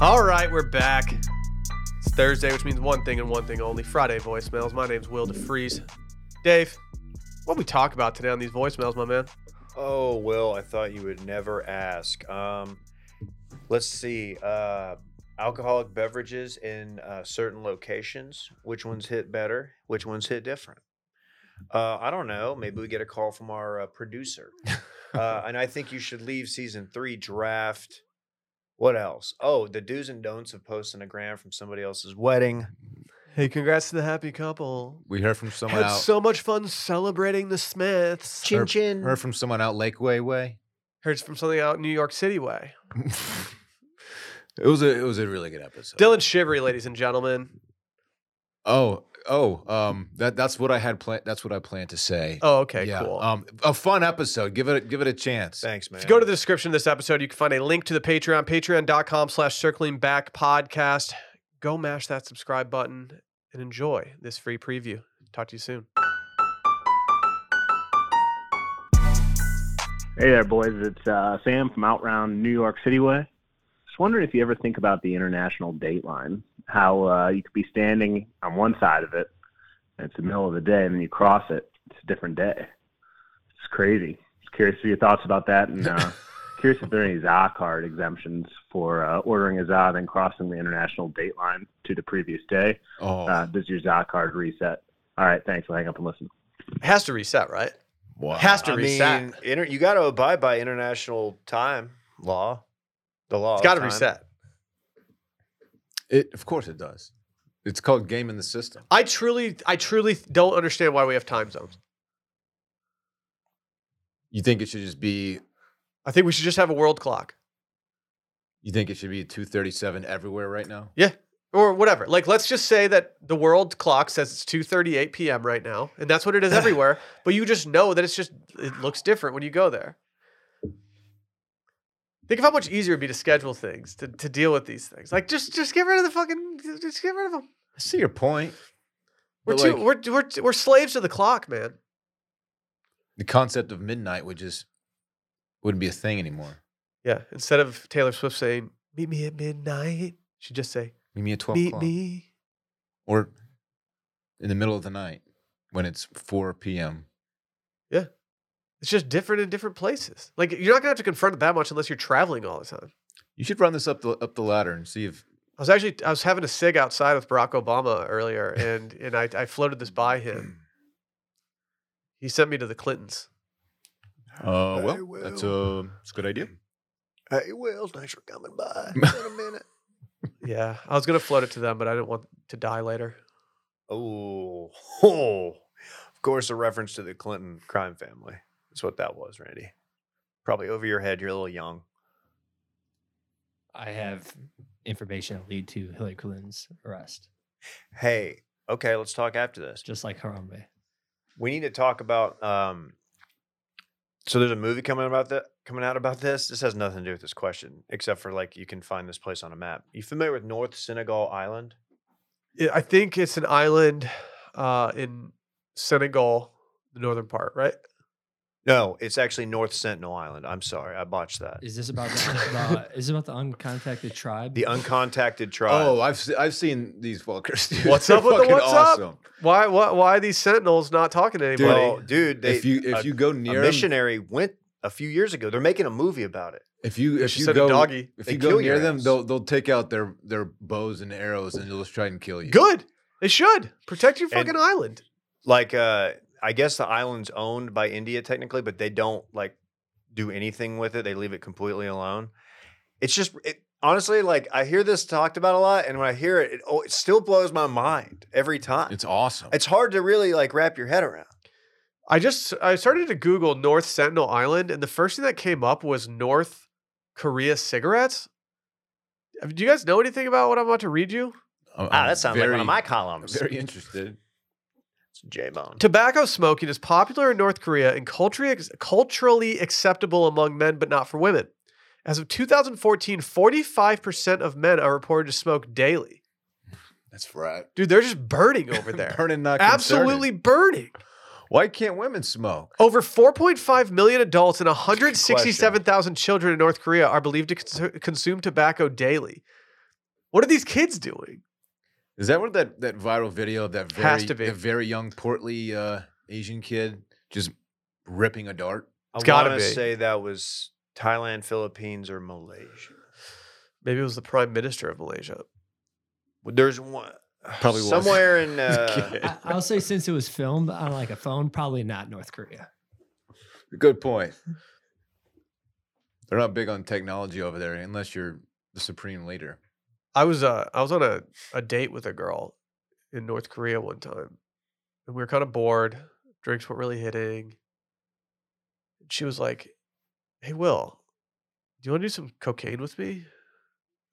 All right, we're back. It's Thursday, which means one thing and one thing only. Friday voicemails. My name's Will DeFreeze. Dave, what we talk about today on these voicemails, my man? Oh, Will, I thought you would never ask. Um, let's see. Uh, alcoholic beverages in uh, certain locations. Which ones hit better? Which ones hit different? Uh, I don't know. Maybe we get a call from our uh, producer. Uh, and I think you should leave season three draft. What else? Oh, the do's and don'ts of posting a gram from somebody else's wedding. Hey, congrats to the happy couple. We heard from someone out. much fun celebrating the Smiths. Chin chin. heard from someone out Lakeway way. Heard from something out in New York City way. it was a it was a really good episode. Dylan Shivery, ladies and gentlemen. Oh oh um that that's what I had planned. That's what I planned to say. Oh, okay, yeah. cool. Um, a fun episode. Give it a, give it a chance. Thanks, man. If you go to the description of this episode, you can find a link to the Patreon, patreon.com slash circling back podcast. Go mash that subscribe button and enjoy this free preview. Talk to you soon. Hey there, boys. It's uh, Sam from Out Round, New York City way. Just wondering if you ever think about the international date line, how uh, you could be standing on one side of it, and it's the middle of the day, and then you cross it, it's a different day. It's crazy. Just curious for your thoughts about that, and uh, curious if there are any ZA card exemptions for uh, ordering a ZA then crossing the international date line to the previous day. Oh Uh, does your ZA card reset? All right, thanks. I'll hang up and listen. It has to reset, right? wow. Has to I reset. mean, inter- you got to abide by international time law. The law. it's of got to time. reset. It of course it does. It's called game in the system. I truly, I truly don't understand why we have time zones. You think it should just be I think we should just have a world clock you think it should be 237 everywhere right now? or whatever. Like, let's just say that the world clock says it's 2.38 p.m. right now, and that's what it is everywhere. but you just know that it's just, it looks different when you go there. Think of how much easier it'd be to schedule things, to, to deal with these things. Like, just just get rid of the fucking, just get rid of them. I see your point. We're, But, too, like, we're, we're, we're slaves to the clock, man. the concept of midnight would just wouldn't be a thing anymore. Yeah. Instead of Taylor Swift saying, meet me at midnight, she'd just say, Meet me at 12 meet o'clock. me or in the middle of the night when it's 4 p.m. It's just different in different places. Like you're not gonna have to confront it that much unless you're traveling all the time. You should run this up the up the ladder and see if I was actually I was having a cig outside with Barack Obama earlier, and and I, I floated this by him. He sent me to the Clintons. uh well, that's, a it's a good idea. Hey, Will, thanks for coming by. a minute. Yeah, I was gonna float it to them, but I didn't want to die later. Oh, oh. Of course, a reference to the Clinton crime family. That's what that was, Randy. Probably over your head. You're a little young. I have information that lead to Hillary Clinton's arrest, Hey, okay, let's talk after this. just like Harambe. We need to talk about. um So there's a movie coming about that coming out about this. This has nothing to do with this question, except for like you can find this place on a map. You familiar with North Senegal Island? Yeah, I think it's an island uh, in Senegal, the northern part, right? No, it's actually North Sentinel Island. I'm sorry, I botched that. Is this about the, the is it about the uncontacted tribe? The uncontacted tribe. Oh, I've se- I've seen these fuckers. dude. What's They're up with the fucking what's up? Why why why are these Sentinels not talking to Dude, anybody? well, dude, they, if you if a- you go a near 'em- missionary went a few years ago. They're making a movie about it. if you if she you said a go doggy, if they you go kill your near them, ass. they'll they'll take out their their bows and arrows and they'll just try and kill you. Good. They should protect your And- fucking island. Like, uh, I guess the island's owned by India technically, but they don't like do anything with it. They leave it completely alone. It's just it, honestly, like I hear this talked about a lot, and when I hear it, it, oh, it still blows my mind every time. It's, It's awesome. hard to really like wrap your head around. I just I started to Google North Sentinel Island, and the first thing that came up was North Korea cigarettes. Uh, Do you guys know anything about what I'm about to read you? I'm- Ah, I'm that sounds like one of Oh, very- my I'm columns. very interested. J Bone. Tobacco smoking is popular in North Korea and culturally culturally acceptable among men, but not for women. As of 2014, 45% of men are reported to smoke daily. That's right. Dude, they're just burning over there. Burning not Absolutely concerning. burning. Why can't women smoke? Over 4.5 million adults and 167,000 children in North Korea are believed to cons- consume tobacco daily. What are these kids doing? Is that what that that viral video of that very Has to be. the very young portly uh, Asian kid just ripping a dart? I It's gotta wanna be. say that was Thailand, Philippines, or Malaysia. Maybe it was the prime minister of Malaysia. There's one Probably was. Uh, somewhere in uh, I, I'll say since it was filmed on like a phone, probably not North Korea. Good point. They're not big on technology over there unless you're the supreme leader. I was uh I was on a, a date with a girl in North Korea one time. And we were kind of bored. Drinks weren't really hitting. And she was like, Hey Will, do you want to do some cocaine with me?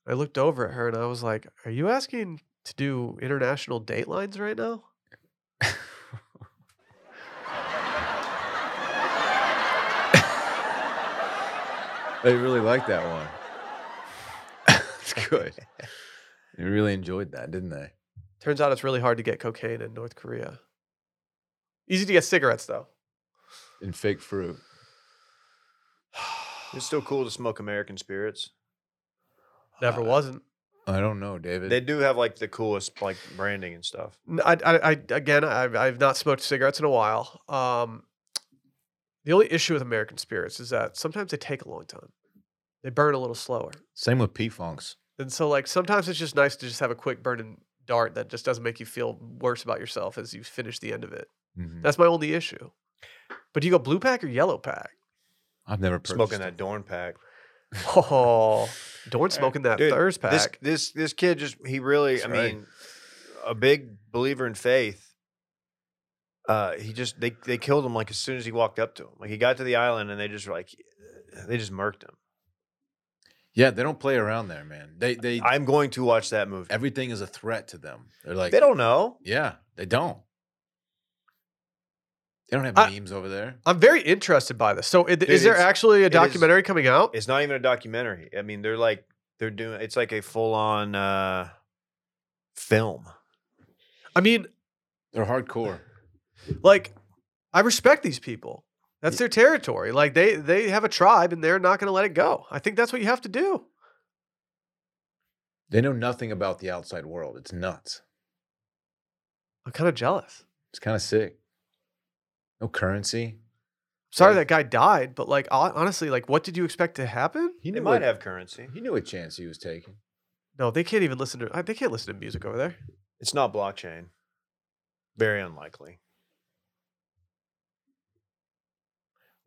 I looked over at her and I was like, Are you asking to do international date lines right now? They really like that one. It's good. They really enjoyed that, didn't they? Turns out it's really hard to get cocaine in North Korea. Easy to get cigarettes though. And fake fruit. it's still cool to smoke American spirits. Never Uh, wasn't. I don't know, David. They do have like the coolest like branding and stuff. N- I, I, I- again, I've, I've not smoked cigarettes in a while. Um, the only issue with American spirits is that sometimes they take a long time. They burn a little slower. Same with P Funks. And so, like, sometimes it's just nice to just have a quick burning dart that just doesn't make you feel worse about yourself as you finish the end of it. Mm-hmm. That's my only issue. But do you go blue pack or yellow pack? I've never purchased Smoking them. that Dorn pack. Oh, Dorn's smoking that Dude, Thurs pack. This this this kid just he really That's I right. mean a big believer in faith. Uh he just they they killed him like as soon as he walked up to him. Like he got to the island and they just were like they just murked him. Yeah, they don't play around there, man. They they I'm going to watch that movie. everything is a threat to them. They're like They don't know. Yeah, they don't. They don't have I- memes over there. I'm very interested by this. So, i- Dude, is there it's- actually a is- documentary coming out? It's not even a documentary. I mean, they're like they're doing it's like a full on uh film. I mean, They're hardcore. like i respect these people that's their territory like they they have a tribe and they're not going to let it go i think that's what you have to do They know nothing about the outside world. It's nuts. i'm kind of jealous It's kind of sick. No currency. sorry Yeah. that guy died but like hon- honestly like what did you expect to happen He They knew might what, have currency. He knew what chance he was taking. no they can't even listen to I- they can't listen to music over there It's not blockchain. Very unlikely.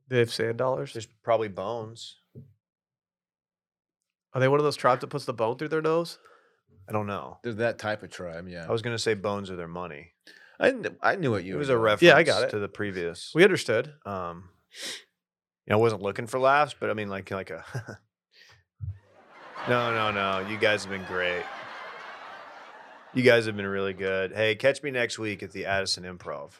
they have sand dollars There's probably bones. are they one of those tribes that puts the bone through their nose I don't know. They're that type of tribe. Yeah, I was gonna say bones are their money. I, kn- I knew what It you. were was a doing. reference Yeah, I got it. to the previous. we understood um, you know, I wasn't looking for laughs, but I mean, like, like a. no, no, no! You guys have been great. You guys have been really good. Hey, catch me next week at the Addison Improv.